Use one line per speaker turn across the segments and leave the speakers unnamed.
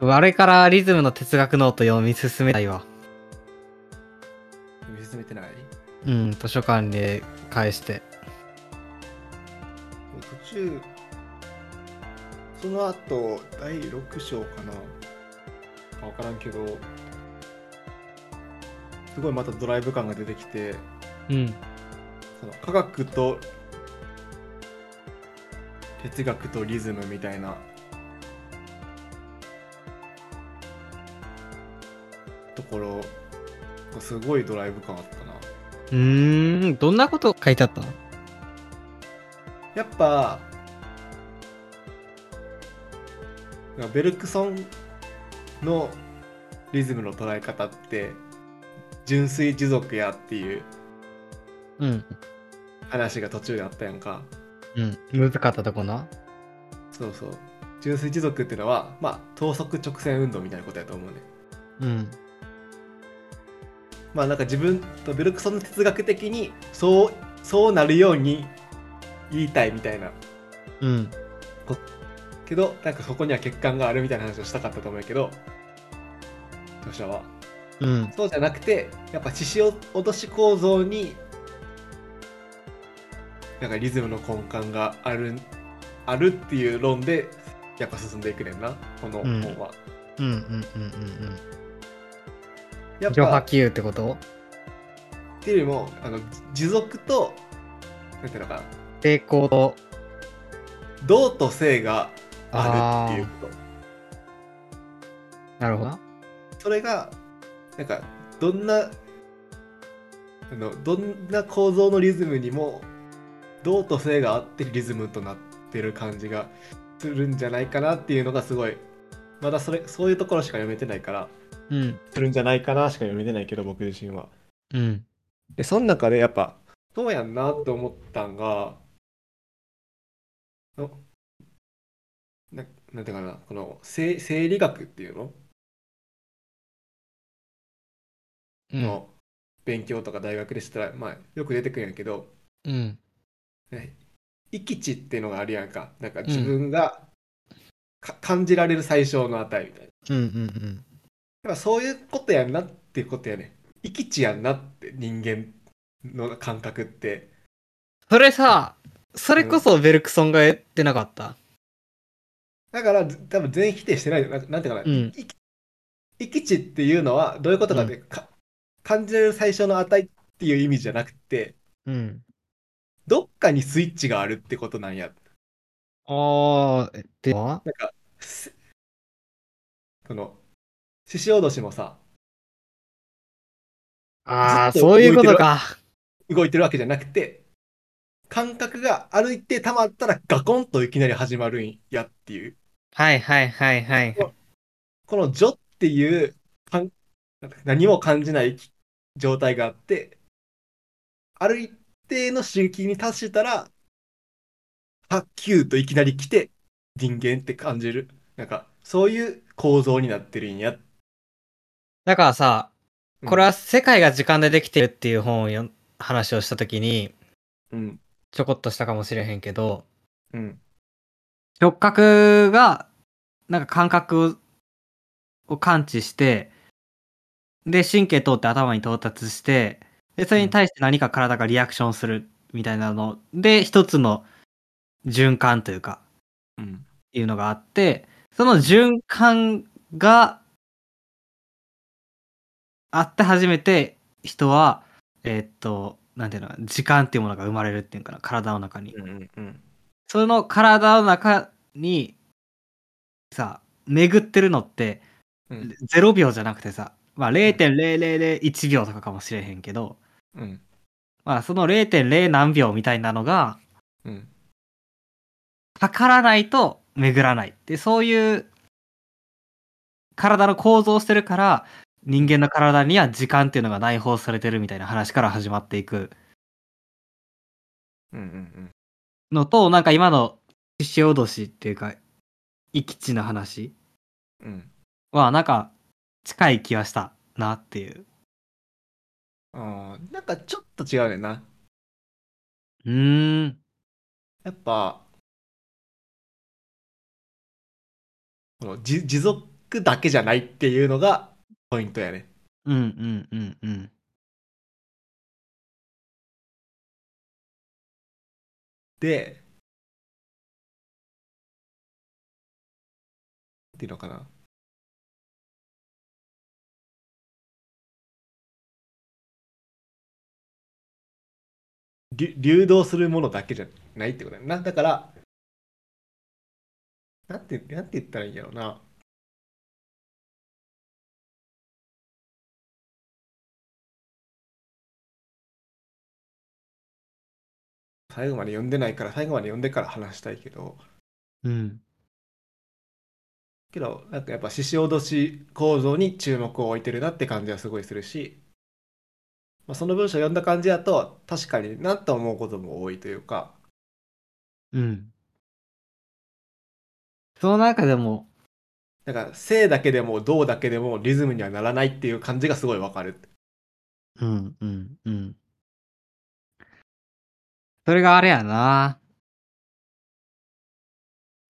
あれからリズムの哲学ノート読み進めたいわ。
読み進めてない
うん、図書館で返して。
途中その後第6章かな分からんけどすごいまたドライブ感が出てきて
うん。
その科学と哲学とリズムみたいなところすごいドライブ感あったな
うーん、どんなこと書いてあったの
やっぱベルクソンのリズムの捉え方って純粋持続やっていう
うん。
話が途中であったやんか
うん。難かったとこな。
そうそう純粋持続っていうのはまあ等速直線運動みたいなことやと思うね
うん。
まあなんか自分とベルクソンの哲学的にそうそうなるように言いたいみたいな
うん。
けどなんかそこには欠陥があるみたいな話をしたかったと思うけど著者は
うん。
そうじゃなくてやっぱ獅子落とし構造になんかリズムの根幹があるあるっていう論でやっぱ進んでいくねんなこの
うん
本は、
うん。うん。うん。うん。
やっ
上波
ぱ
球ってこと
っていうよりもあの持続となんていうのかな
成功と。
動と性があるっていうこと
なるほどな。
それがなんかどんなあのどんな構造のリズムにも動と性があってリズムとなってる感じがするんじゃないかなっていうのがすごいまだそれそういうところしか読めてないから
うん。
するんじゃないかなしか読めてないけど僕自身は
うん。
でその中でやっぱそうやんなと思ったんがのななんていうかなこの生生理学っていうの
うん。
の勉強とか大学でしたら、まあ、よく出てくるんやけど、
うん。
ね、域値っていうのがあるやんかなんか自分がか、感じられる最小の値みたいな
うん。うん。
やっぱそういうことやんなっていうことやね域値やんなって人間の感覚って
それさ、それこそベルクソンが言ってなかった。
だからず多分全否定してないよななんていうか
う
な、
ん。
域値っていうのはどういうことかって、か感じられる最小の値っていう意味じゃなくて
うん。
どっかにスイッチがあるってことなんや
あー、では
なんか、すその、獅子おどしもさ、
あー、
ずっと
そう
動い
い
て
う
る
ことか。
動いてるわけじゃなくて、感覚が歩いて溜まったらガコンといきなり始まるんやっていう。
はいはいはいはい。
この序っていう、かんなんか何も感じないき状態があって、ある一定の周期に達したら、発球といきなり来て、人間って感じる。なんか、そういう構造になってるんや。
だからさ、
うん
これは世界が時間でできてるっていう本をよ話をしたときに、
うん。
ちょこっとしたかもしれへんけど、
うん。
直角が、なんか感覚を感知して、で、神経通って頭に到達して、で、それに対して何か体がリアクションするみたいなので、一つの循環というか、
うん。
いうのがあって、その循環があって初めて人は、えーっと、なんていうの、時間っていうものが生まれるっていうのかな、体の中に。
うん。うん。
その体の中にさ、巡ってるのって、
うん
0秒じゃなくてさ、まあ0.0001秒とかかもしれへんけど、
うん。
まあその0.0何秒みたいなのが、
うん。
かからないと巡らないでそういう体の構造をしてるから人間の体には時間っていうのが内包されてるみたいな話から始まっていく
うん。うん。
のとなんか今の獅子おどしっていうか生き地の話
うん。
はなんか近い気はしたなっていう
あーなんかちょっと違うねんな。
うーん
やっぱ、このじ持続くだけじゃないっていうのがポイントやね。
うんうんうんうん。
で、っていうのかな。流流動するものだけじゃないってことだな。だから、なんて、なんて言ったらいいんやろうな。最後まで読んでないから、最後まで読んでから話したいけど、
うん。
けど、なんかやっぱ獅子脅し構造に注目を置いてるなって感じはすごいするし、まあ、その文章読んだ感じだと、確かになと思うことも多いというか、
うん。その中でも、
なんか、性だけでも、どうだけでも、リズムにはならないっていう感じがすごいわかる。
うんうんうん。それがあれやな。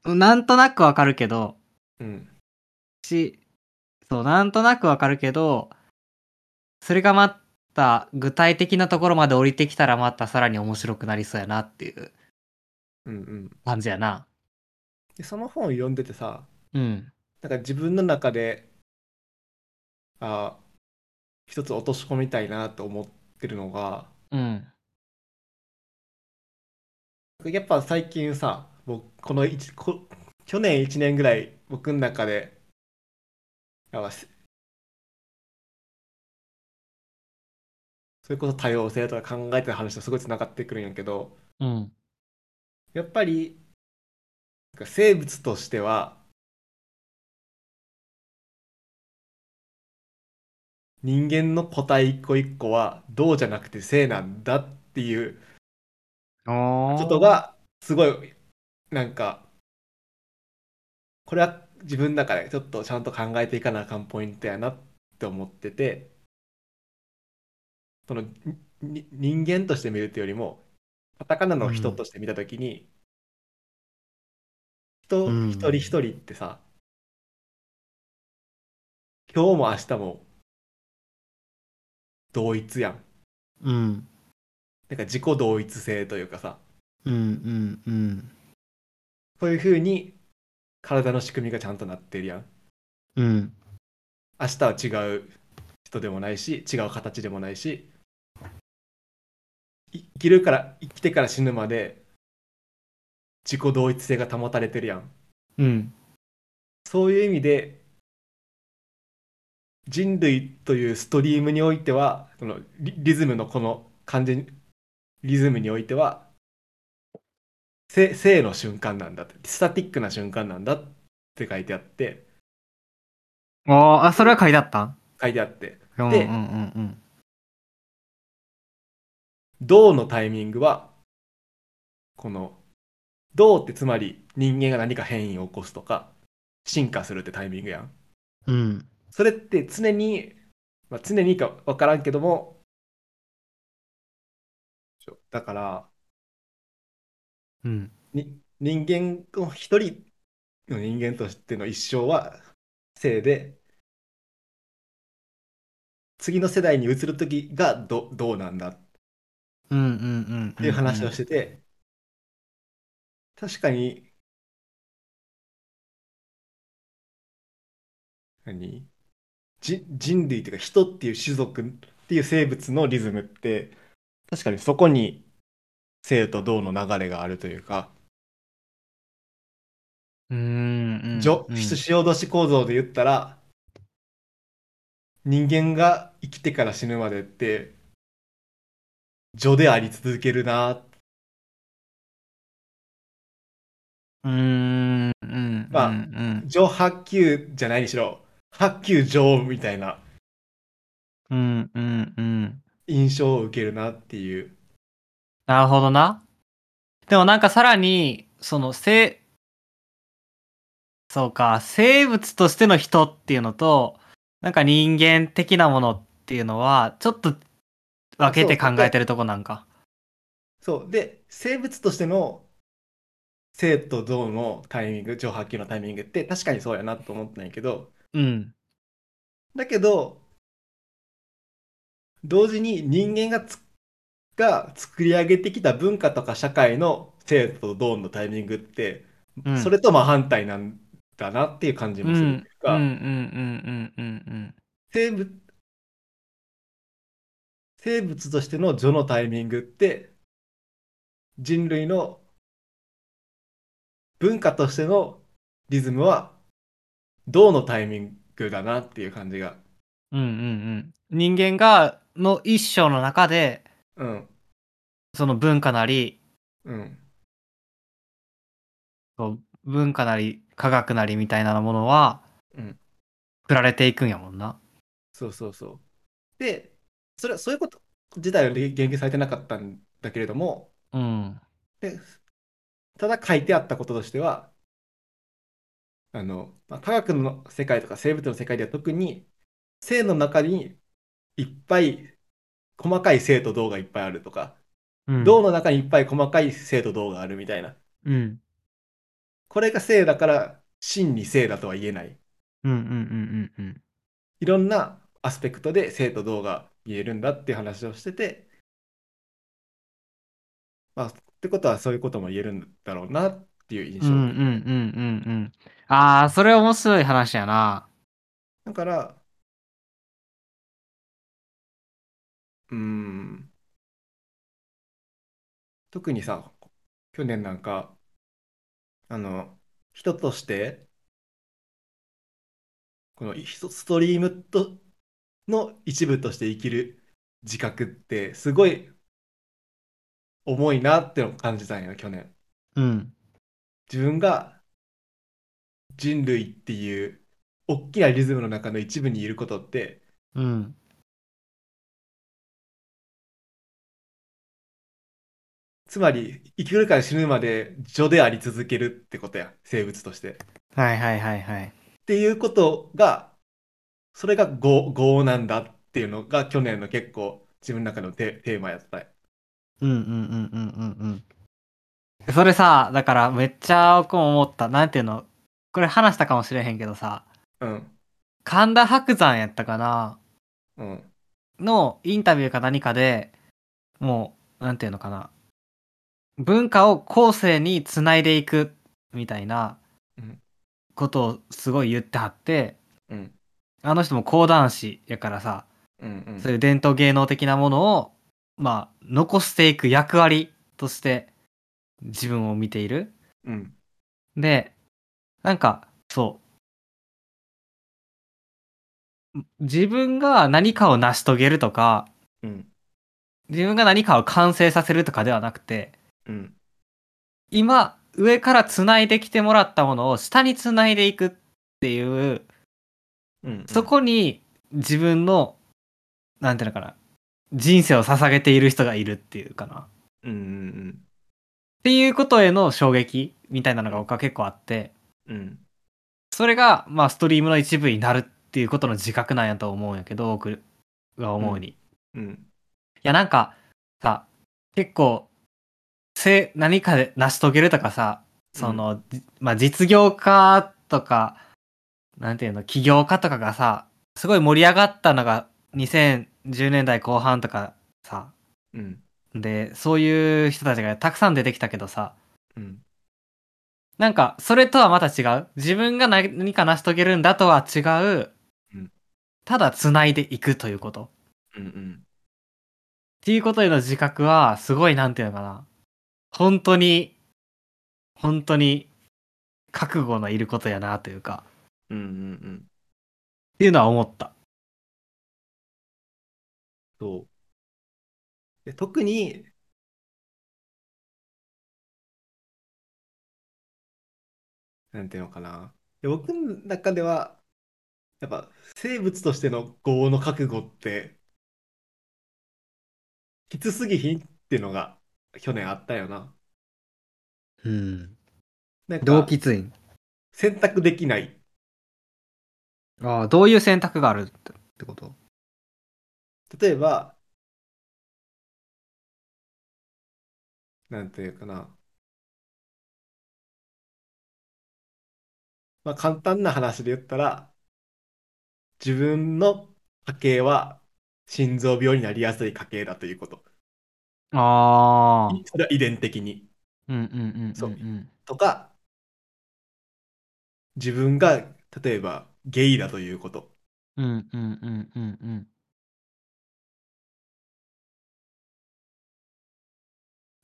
なんとなくわかるけど、
うん。
し、そう、なんとなくわかるけど、それがまた具体的なところまで降りてきたらまたさらに面白くなりそうやなっていう
うんうん。
感じやな。
で、その本を読んでてさ、
うん。
なんか自分の中で、あ一つ落とし込みたいなと思ってるのが、
うん。
やっぱ最近さ、僕、この一こ、去年1年ぐらい、僕の中で、やっぱせそれこそ多様性とか考えてる話とすごい繋がってくるんやけど、
うん。
やっぱりなんか生物としては人間の個体一個一個はうじゃなくて性なんだっていう
お
こと、がすごいなんかこれは自分の中でちょっとちゃんと考えていかなあかんポイントやなって思っててそのにに人間として見るというよりもカタカナの人として見た時に、人
うん
一人一人ってさ、今日も明日も同一やん
うん。
なんか自己同一性というかさ
うんうんうん。
そういうふうに体の仕組みがちゃんとなってるやん。
うん。
明日は違う人でもないし、違う形でもないし、い生きるから、生きてから死ぬまで、自己同一性が保たれてるやん。
うん。
そういう意味で、人類というストリームにおいては、そのリリズムのこの完全にリズムにおいては、生生の瞬間なんだって、スタティックな瞬間なんだって書いてあって、
おーあ、それは書いてあったん
書いてあって、
うんうんうんうん。
銅のタイミングは、この、銅ってつまり人間が何か変異を起こすとか、進化するってタイミングやん。
うん。
それって常に、まあ、常にか分からんけども、ちょだから、
うん。
に人間の一人の人間としての一生は生で、次の世代に移る時がどどうなんだ
うんうんうん。っ
っていう話をしてて、確かに、何じ人類というか人っていう種族っていう生物のリズムって、確かにそこに生と動の流れがあるというか、
うんうん。
じょ
うん
潮脅し構造で言ったら、人間が生きてから死ぬまでって、序であり続けるなーっ
うんうん。
まあ
うん
上白球じゃないにしろ白球上みたいな
うんうんうん。
印象を受けるなっていう
なるほどな。でもなんかさらに、その、生、そうか、生物としての人っていうのと、なんか人間的なものっていうのは、ちょっと分けて考えてるとこなんか。
そうで生物としての生と動のタイミング上白球のタイミングって確かにそうやなと思ったんやけど
うん。
だけど、同時に人間がつが作り上げてきた文化とか社会の生とドーンのタイミングって、
うん
それとまあ反対なんだなっていう感じ
う
も
ん
す
う
る
ん
という
うん
か、
うんうんうん
生物生物としての序のタイミングって人類の文化としてのリズムは銅のタイミングだなっていう感じが。
うんうんうんうん人間がの一生の中で
うん
その文化なり
うん
こう文化なり科学なりみたいなものは
うん
作られていくんやもんな。
そうそうそう。でそれはそういうこと自体は言及されてなかったんだけれども
うん。
でただ書いてあったこととしてはあの、まあ、科学の世界とか生物の世界では特に性の中にいっぱい細かい性と銅がいっぱいあるとか
うん
銅の中にいっぱい細かい性と銅があるみたいな
うん
これが性だから真に性だとは言えない
うんうんうんうんうん。
いろんなアスペクトで性と銅が言えるんだっていう話をしてて、まあ、ってことはそういうことも言えるんだろうなっていう印
う
象。
んうんうんうんうん。ああ、それ面白い話やな。
だから、うーん、特にさ、去年なんか、あの、人として、この一ストリームとの一部として生きる自覚って、すごい重いなってのを感じたんよ、去年。
うん。
自分が人類っていう大きなリズムの中の一部にいることって
うん。
つまり生きるから死ぬまで序であり続けるってことや生物として。っ
はいはいはいはい。
ていうことがそれが業業なんだっていうのが去年の結構自分の中のテテーマやった。
うんうんうんうんうんうん。それさ、だからめっちゃ僕も思った。なんていうのこれ話したかもしれへんけどさ、
うん
神田伯山やったかな
うん
のインタビューか何かでもう、なんていうのかな。文化を後世につないでいくみたいな
うん
ことをすごい言ってはって、
うん
あの人も講談師やからさ、
うんうん
そういう伝統芸能的なものを、まあ、残していく役割として自分を見ている。
うん
で、なんか、そう。自分が何かを成し遂げるとか、
うん
自分が何かを完成させるとかではなくて、
うん
今、上から繋いできてもらったものを下に繋いでいくっていう
うん
そこに自分の、なんていうのかな、人生を捧げている人がいるっていうかな。っ
うんうん
ていうことへの衝撃みたいなのが僕は結構あって、
うん
それが、まあ、ストリームの一部になるっていうことの自覚なんやと思うんやけど、僕が思うに。い
うん
や、なんか、さ、結構、せ、何かで成し遂げるとかさ、その、じまあ、実業家とか、なんていうの、起業家とかがさ、すごい盛り上がったのが2010年代後半とかさ、
うん
で、そういう人たちがたくさん出てきたけどさ、
うん
なんか、それとはまた違う。自分が何何か成し遂げるんだとは違う
うん。
ただ繋いでいくということ。っ
うんうん
ていうことへの自覚は、すごい、なんていうのかな。本当に、本当に、覚悟のいることやな、というか、
うんうんうん
っていうのは思った。
そう。で、特に、なんていうのかな。で、僕の中では、やっぱ生物としての業の覚悟って、きつすぎひんっていうのが去年あったよな。
うん。
なん
動
か
機つい
選択できない。
ああ、どういう選択があるってってこと
例えば、なんていうかな。まあ簡単な話で言ったら、自分の家系は心臓病になりやすい家系だということ。
ああ。
それは遺伝的に。
うんうんうんうん。。
そうんとか、自分が例えばゲイだということ。
うんうんうんうんうん。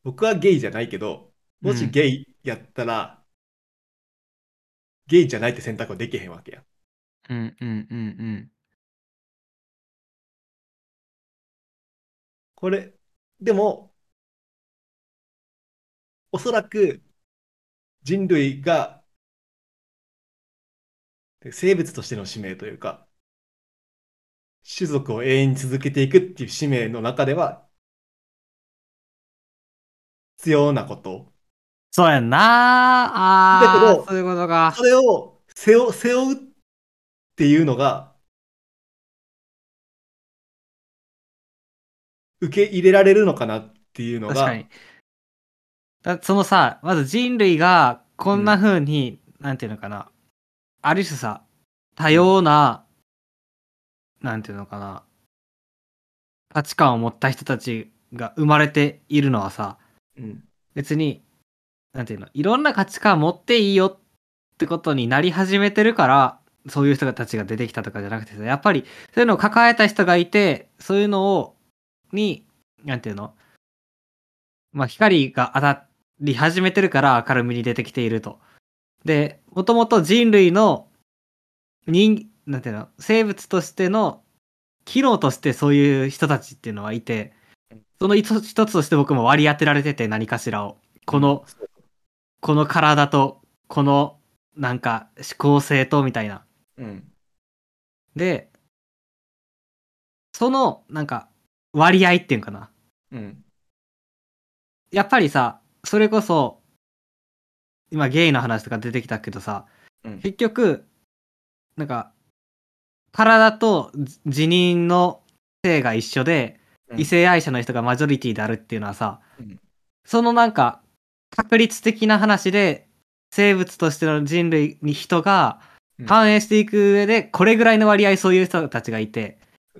僕はゲイじゃないけど、も
う
し
ん
ゲイやったら、ゲイじゃないって選択はできへんわけや。
うんうんうんうん。
これ、でも、おそらく人類が生物としての使命というか、種族を永遠に続けていくっていう使命の中では、必要なこと。
そうやんなー。あ
だ
あ
けど
ー、そういうことか
そ。れを背負背負うっていうのが、受け入れられるのかなっていうの
確
が、
かに。だそのさ、まず人類がこんな風に、なんていうのかな。ある種さ、多様な、なんていうのかな。価値観を持った人たちが生まれているのはさ、
うん
別に、なんていうの、いろんな価値観持っていいよってことになり始めてるから、そういう人たちが出てきたとかじゃなくてさ、やっぱり、そういうのを抱えた人がいて、そういうのを、に、なんていうの、まあ、光が当たり始めてるから明るみに出てきていると。で、もともと人類の人、なんていうの、生物としての機能としてそういう人たちっていうのはいて、その一つ一つとして僕も割り当てられてて何かしらを。この、この体と、この、なんか、思考性と、みたいな。
うん、
で、その、なんか、割合っていうのかな。
うん、
やっぱりさ、それこそ、今ゲイの話とか出てきたけどさ、
うん
結局、なんか、体とじ自認の性が一緒で、
うん
異性愛者の人がマジョリティであるっていうのはさ、
うん
そのなんか、確率的な話で、生物としての人類に人が
うん
反映していく上で、これぐらいの割合そういう人たちがいて、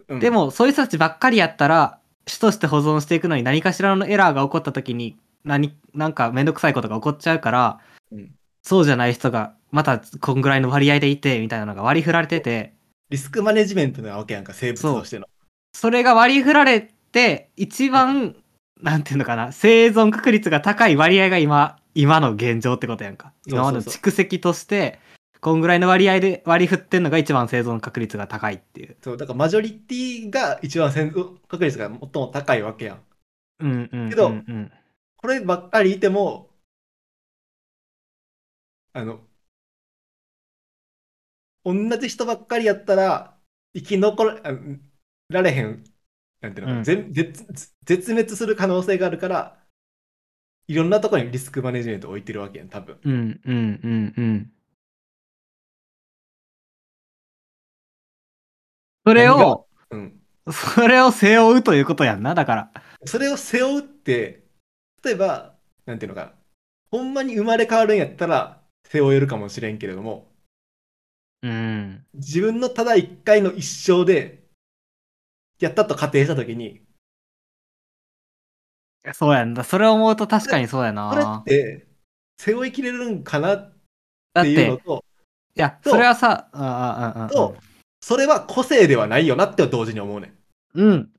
うん
で、も、そういう人たちばっかりやったら、主として保存していくのに何かしらのエラーが起こった時に、何、なんかめんどくさいことが起こっちゃうから、
うん
そうじゃない人が、またこんぐらいの割合でいて、みたいなのが割り振られてて、
リスクマネジメントなわけやんか、生物としての。
それが割り振られて、一番、なんていうのかな、生存確率が高い割合が今、今の現状ってことやんか。
そうそうそう
今までの蓄積として、こんぐらいの割合で割り振ってんのが一番生存確率が高いっていう。
そうだからマジョリティが一番戦争確率が最も高いわけやん。
うんうんうん、うん。
けどこればっかりいても、あの、同じ人ばっかりやったら、生き残らあられへん、なんていうのかな、
うん
全絶絶滅する可能性があるから、いろんなところにリスクマネジメントを置いてるわけやん、多分。
うんうんうんうん。それを、
うん。
それを背負うということやんな、だから。
それを背負うって、例えば、なんていうのかな、ほんまに生まれ変わるんやったら、背負えるかもしれんけれども、
うん。
自分のただ一回の一生で、やったと仮定したときに、
そうやんだ。それを思うと確かにそうや
これ
な
っ。て、背負いきれるんかなっ
だってて、
いうの
い
と、
や、
と
それはさ、ああああ
とそれは個性ではないよなって同時に思うねん。
うん、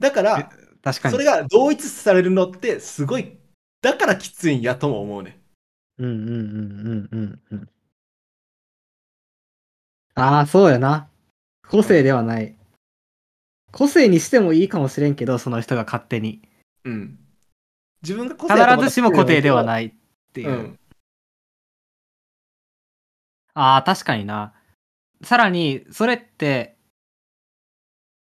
だから、
確かに。
それが同一視されるのって、すごい、だからきついんやとも思うねん。
うんうんうんうんうんうん。ああ、そうやな。個性ではない。個性にしてもいいかもしれんけど、その人が勝手に。
うん。自分が個性
必
だと思った
ずしも固定ではないっていうう。
ん。
ああ、確かにな。さらに、それって、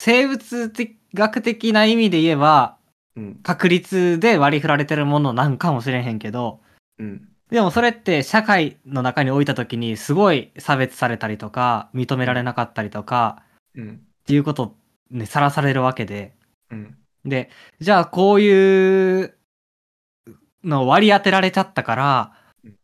生物的学的な意味で言えば、
うん。
確率で割り振られてるものなんかもしれへんけど、
うん。
でもそれって社会の中に置いた時にすごい差別されたりとか、認められなかったりとか、
うん。
っていうことにさらされるわけで。
うん。
で、じゃあこういうのを割り当てられちゃったから
うん、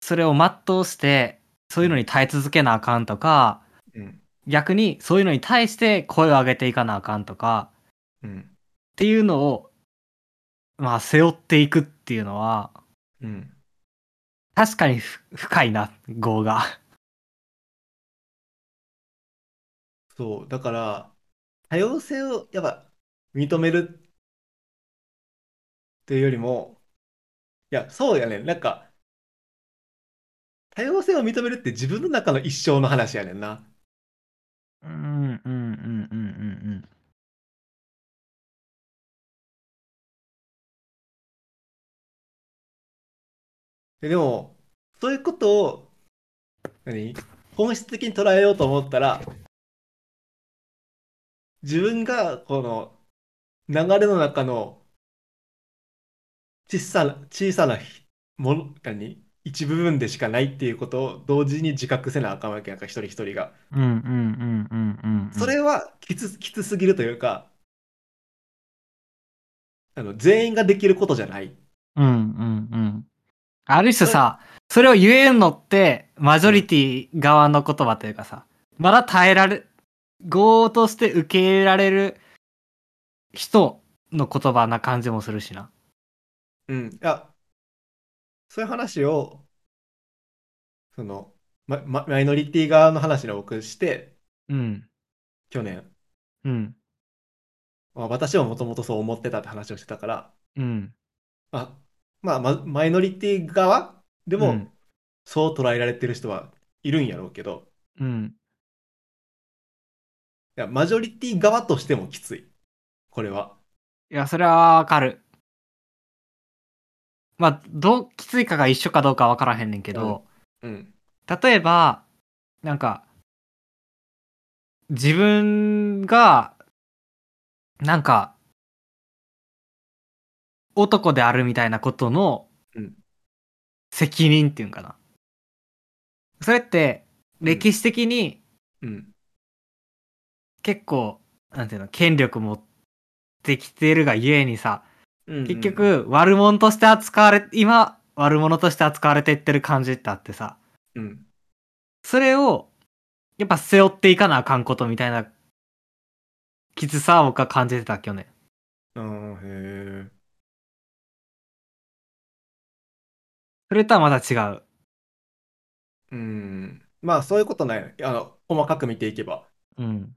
それを全うして、そういうのに耐え続けなあかんとか、
うん。
逆にそういうのに対して声を上げていかなあかんとか
うん。
っていうのを、まあ、背負っていくっていうのは、
うん。
確かにふ深いな、業が。
そう、だから、多様性をやっぱ認めるっていうよりも、いや、そうやねん。なんか、多様性を認めるって自分の中の一生の話やねんな。
うん、うん、うん、うん、うん、
で、でも、そういうことを、何本質的に捉えようと思ったら、自分がこの流れの中の小さな、小さなひもの、何一部分でしかないっていうことを同時に自覚せなあかんわけやんか、一人一人が。
うん。うん、うん、うん、うん、うん。
それはきつ、きつすぎるというか、あの、全員ができることじゃない。
うん、うん、うん。ある種さ、それを言えんのって、マジョリティ側の言葉というかさ、まだ耐えられ、業として受け入れられる人の言葉な感じもするしな。
うん、いや、そういう話を、その、ま、ま、マイノリティ側の話を僕して、
うん、
去年、
うん、
まあ、私はもともとそう思ってたって話をしてたから、
うん、
あ、まあ、ま、マイノリティ側で
う
も
ん、
そう捉えられてる人はいるんやろうけど、
うん。
いや、マジョリティ側としてもきつい。これは。
いや、それはわかる。まあ、どう、きついかが一緒かどうかわからへんねんけど、
うん。
例えば、なんか、自分が、なんか、男であるみたいなことの
うん、
責任っていうんかな。それって、歴史的に
うん。
結構、なんていうの、権力持ってきてるがゆえにさ、
うん
結、局悪者として扱われ今悪者として扱われていってる感じってあってさ
うん。
それをやっぱ背負っていかなあかんことみたいなきつさを僕は感じてた去年
うん、へえ。
それとはまた違う
うん。まあ、そういうことないよね。あの、細かく見ていけば。
うん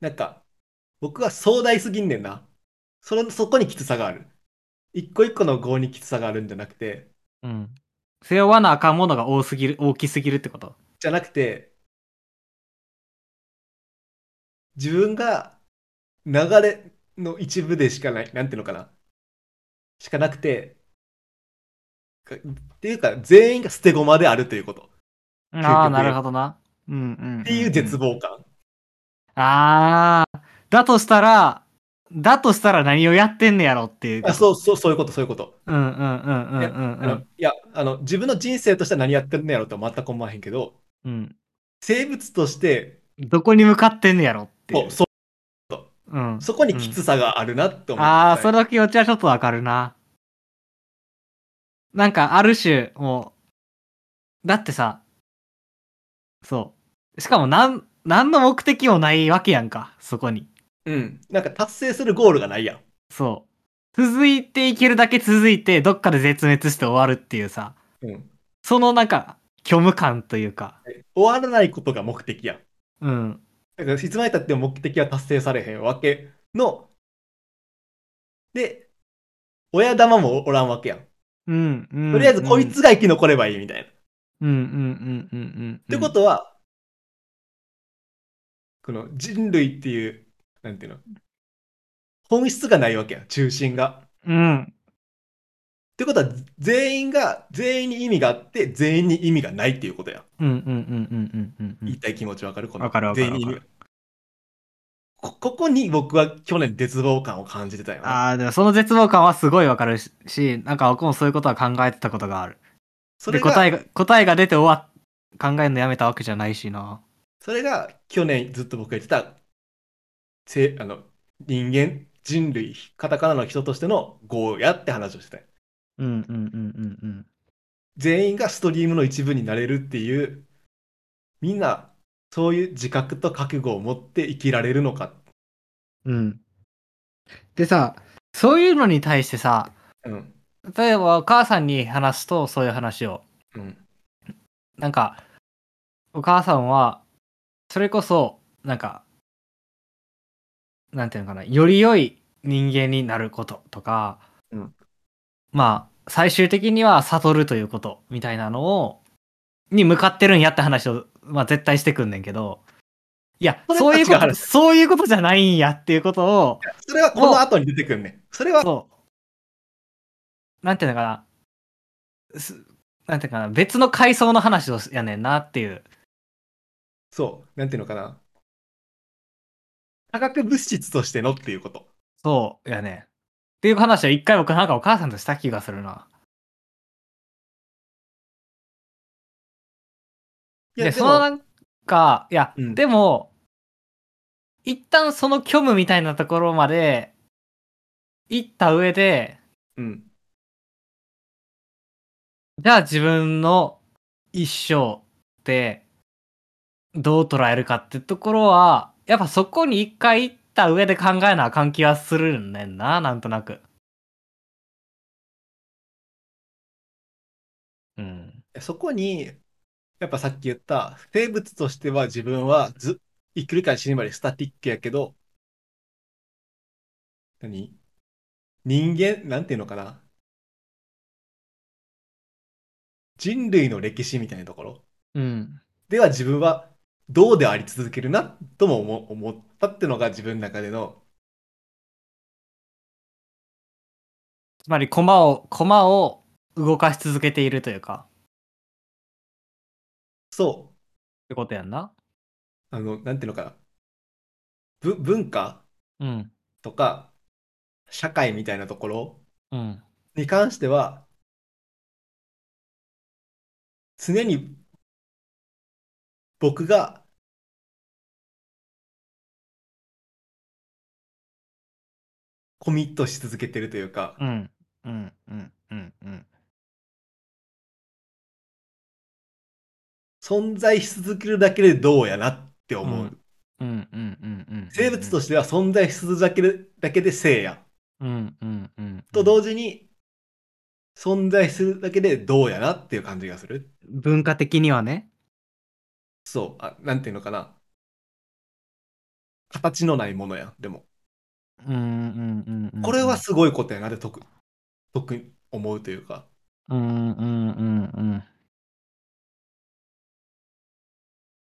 なんか、僕は壮大すぎんねんな。その、そこにきつさがある。一個一個の業にきつさがあるんじゃなくて、
うん背負わなあかんものが多すぎる大きすぎるってこと
じゃなくて、自分が流れの一部でしかない、なんていうのかな。しかなくて、かっていうか、全員が捨て駒であるということ。局
ああなるほどなうんうん、
っていう絶望感。
ああだとしたらだとしたら何をやってんねやろっていう
あ、そうそう、そういうこと、そういうこと。
うんうんうんうんうん
あ
う
の、
ん
いや、あの、自分の人生としては何やってるんのやろとは全く思わへんけど、
うん
生物として、
どこに向かってんねやろってい
そうう、そ
うん
そこにきつさがあるなって思
ああ、
った
その気持ちはちょっとわかるな。なんか、ある種、もう、だってさ、そう。しかも、なん、なんの目的もないわけやんか、そこに。
うん。なんか達成するゴールがないやん。
そう。続いていけるだけ続いて、どっかで絶滅して終わるっていうさ、
うん。
そのなんか、虚無感というか、
終わらないことが目的やん。
うん、
だから、いつまでたっても目的は達成されへんわけの、で、親玉もおらんわけやん。
うん、うん。
とりあえずこいつが生き残ればいいみたいな。っ
うん、うん、うん、うん、うん。
てことは、この人類っていう、なんていうの、本質がないわけやん、中心が。
うん、
ってことは、全員が、全員に意味があって、全員に意味がないっていうことやん。
うん、うん、うん、うん、うん、うん、うん
言い。たい気持ちわかるこの
わかるわかる
全員に
わか
こここに僕は去年絶望感を感じてたよな。
ああ、でもその絶望感はすごいわかるし、しなんか僕もそういうことは考えてたことがある。
そ
で、
れが
答えが、答えが出て終わっ、考えるのやめたわけじゃないしな。
それが去年ずっと僕が言ってた、せあの人間、人類、カタカナの人としてのゴーやって話をしてたよ。
うんうんうんうん
全員がストリームの一部になれるっていう、みんなそういう自覚と覚悟を持って生きられるのか。
うん。でさ、そういうのに対してさ、
うん。
例えばお母さんに話すとそういう話を。
うん。
なんか、お母さんは、それこそ、なんか、なんていうのかな、より良い人間になることとか、
うん
まあ、最終的には悟るということみたいなのを、に向かってるんやって話を、まあ絶対してくんねんけど、いや、
そ
そうい
れ
う
と違
こ
う
と、そういうことじゃないんやっていうことを、
それはこの後に出てくるね。それは、
そう。なんていうのかな。すなんていうのかな。別の階層の話をすやねんなっていう。
そう、なんていうのかな。化学物質としてのっていうこと。
そうやねん。っていう話は一回僕なんかお母さんとした気がするな。
い
で、
や、で
その
も、
なんか、いや、
うん
でも、一旦その虚無みたいなところまで行った上で、
うん。
じゃあ自分の一生ってどう捉えるかってところは、やっぱそこに一回行った上で考えなあかん気はするんねんな、なんとなく。うん。
そこに、やっぱさっき言った、生物としては自分はず、生きるから死ぬまでスタティックやけど、何人間、なんていうのかな人類の歴史みたいなところ
うん。
では自分はどうであり続けるなとも思思ったってのが自分の中での、
つまり、駒を、駒を動かし続けているというか、
そう、
ってことやんな。
あの、なんていうのかな。ぶ、文化
うん。
とか、社会みたいなところ
うん。
に関しては、常に僕が、コミットし続けてるというか、
うん。うん。うん。うん。うん。
存在し続けるだけでどうやなって思
うん
う。
うん。うん。うん。うん。。
生物としてては存在し続けるだけで生や。
うん。うん。うん。
と同時に、存在するだけでどうやなっていう感じがする。
文化的にはね。
そう、あ、なんていうのかな。形のないものや、でも。
うんうんうんうんうん。
これはすごいことやなって、特、特に思うというか。
うんうんうんうん。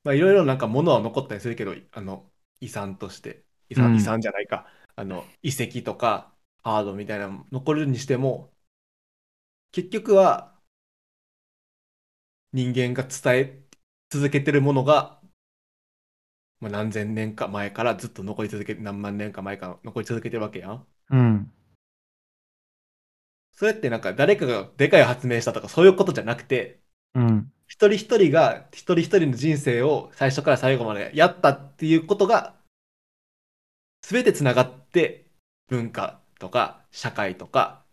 まあ、いろいろなんか物は残ったりするけど、あの、遺産として、遺産、
うん
遺産じゃないか。あの、遺跡とか、ハードみたいなの残るにしても、結局は、人間が伝え続けてるものが、まあ、何千年か前からずっと残り続け、何万年か前から残り続けてるわけやん。
うん。
それってなんか誰かがでかい発明したとかそういうことじゃなくて、
うん。
一人一人が一人一人の人生を最初から最後までやったっていうことが全てつながって文化とか社会とか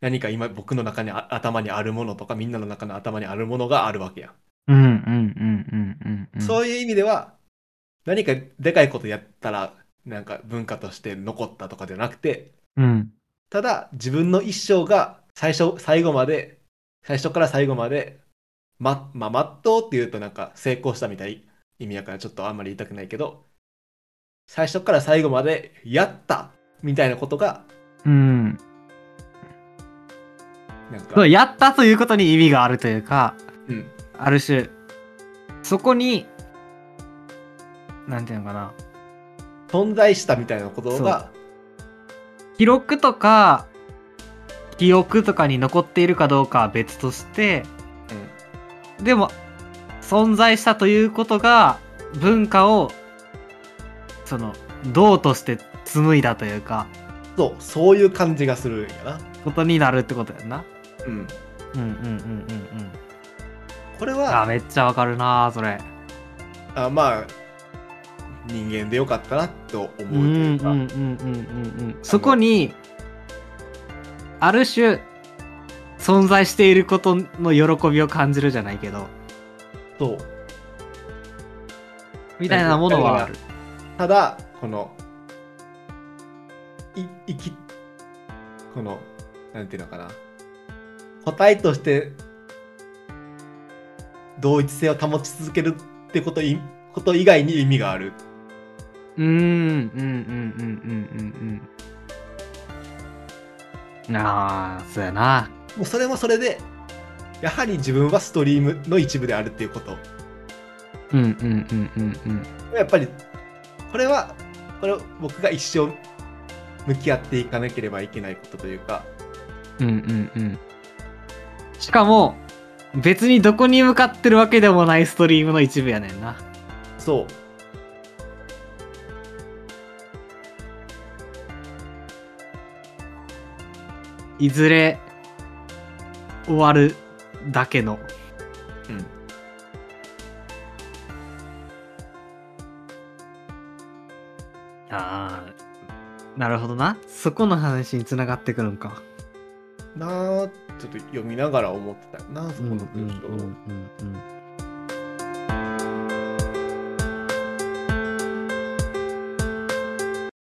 何か今僕の中にあ頭にあるものとかみんなの中の頭にあるものがあるわけや、
うんうんうんうんうん。
そういう意味では何かでかいことやったらなんか文化として残ったとかじゃなくて
うん。
ただ自分の一生が最初最後まで最初から最後までままあまっとうっていうとなんか成功したみたい意味やからちょっとあんまり言いたくないけど最初から最後までやったみたいなことが
うん。
なんか、
そうやったということに意味があるというか、
うん、
ある種、そこに、なんていうのかな。
存在したみたいなことが
記録とか、記憶とかに残っているかどうかは別として、でも、存在したということが、文化を、その、道として紡いだというか、
うんそうそういう感じがするんやな、
ことになるってことやんな。
うん、
うんうんうんうんうん。
これ
あ、
は
めっちゃわかるなそれ。
あまあ人間でよかったなと思うと
うんうん
いう
うん
か、
うんうんうん。そこに、ある種、存在していることの喜びを感じるじゃないけど、
そう
みたいなものはある。
ただこのい生きこのなんていうのかな答えとして同一性を保ち続けるってこといこと以外に意味がある
うーん、うん、うん、うん、うん、うん。うん。ああ、そうやな。
もうそれもそれでやはり自分はストリームの一部であるっていうこと
うん、うん、うん、うん、うん。
やっぱりこれはこれを僕が一生向き合っていかなければいけないことというか
うんうんうん。しかも、別にどこに向かってるわけでもないストリームの一部やねんな。
そう
いずれ、終わるだけの。
うん
ああ、なるほどな。そこの話に繋がってくるんか。
なあちょっと読みながら思ってたなそこの文章、
うんうん。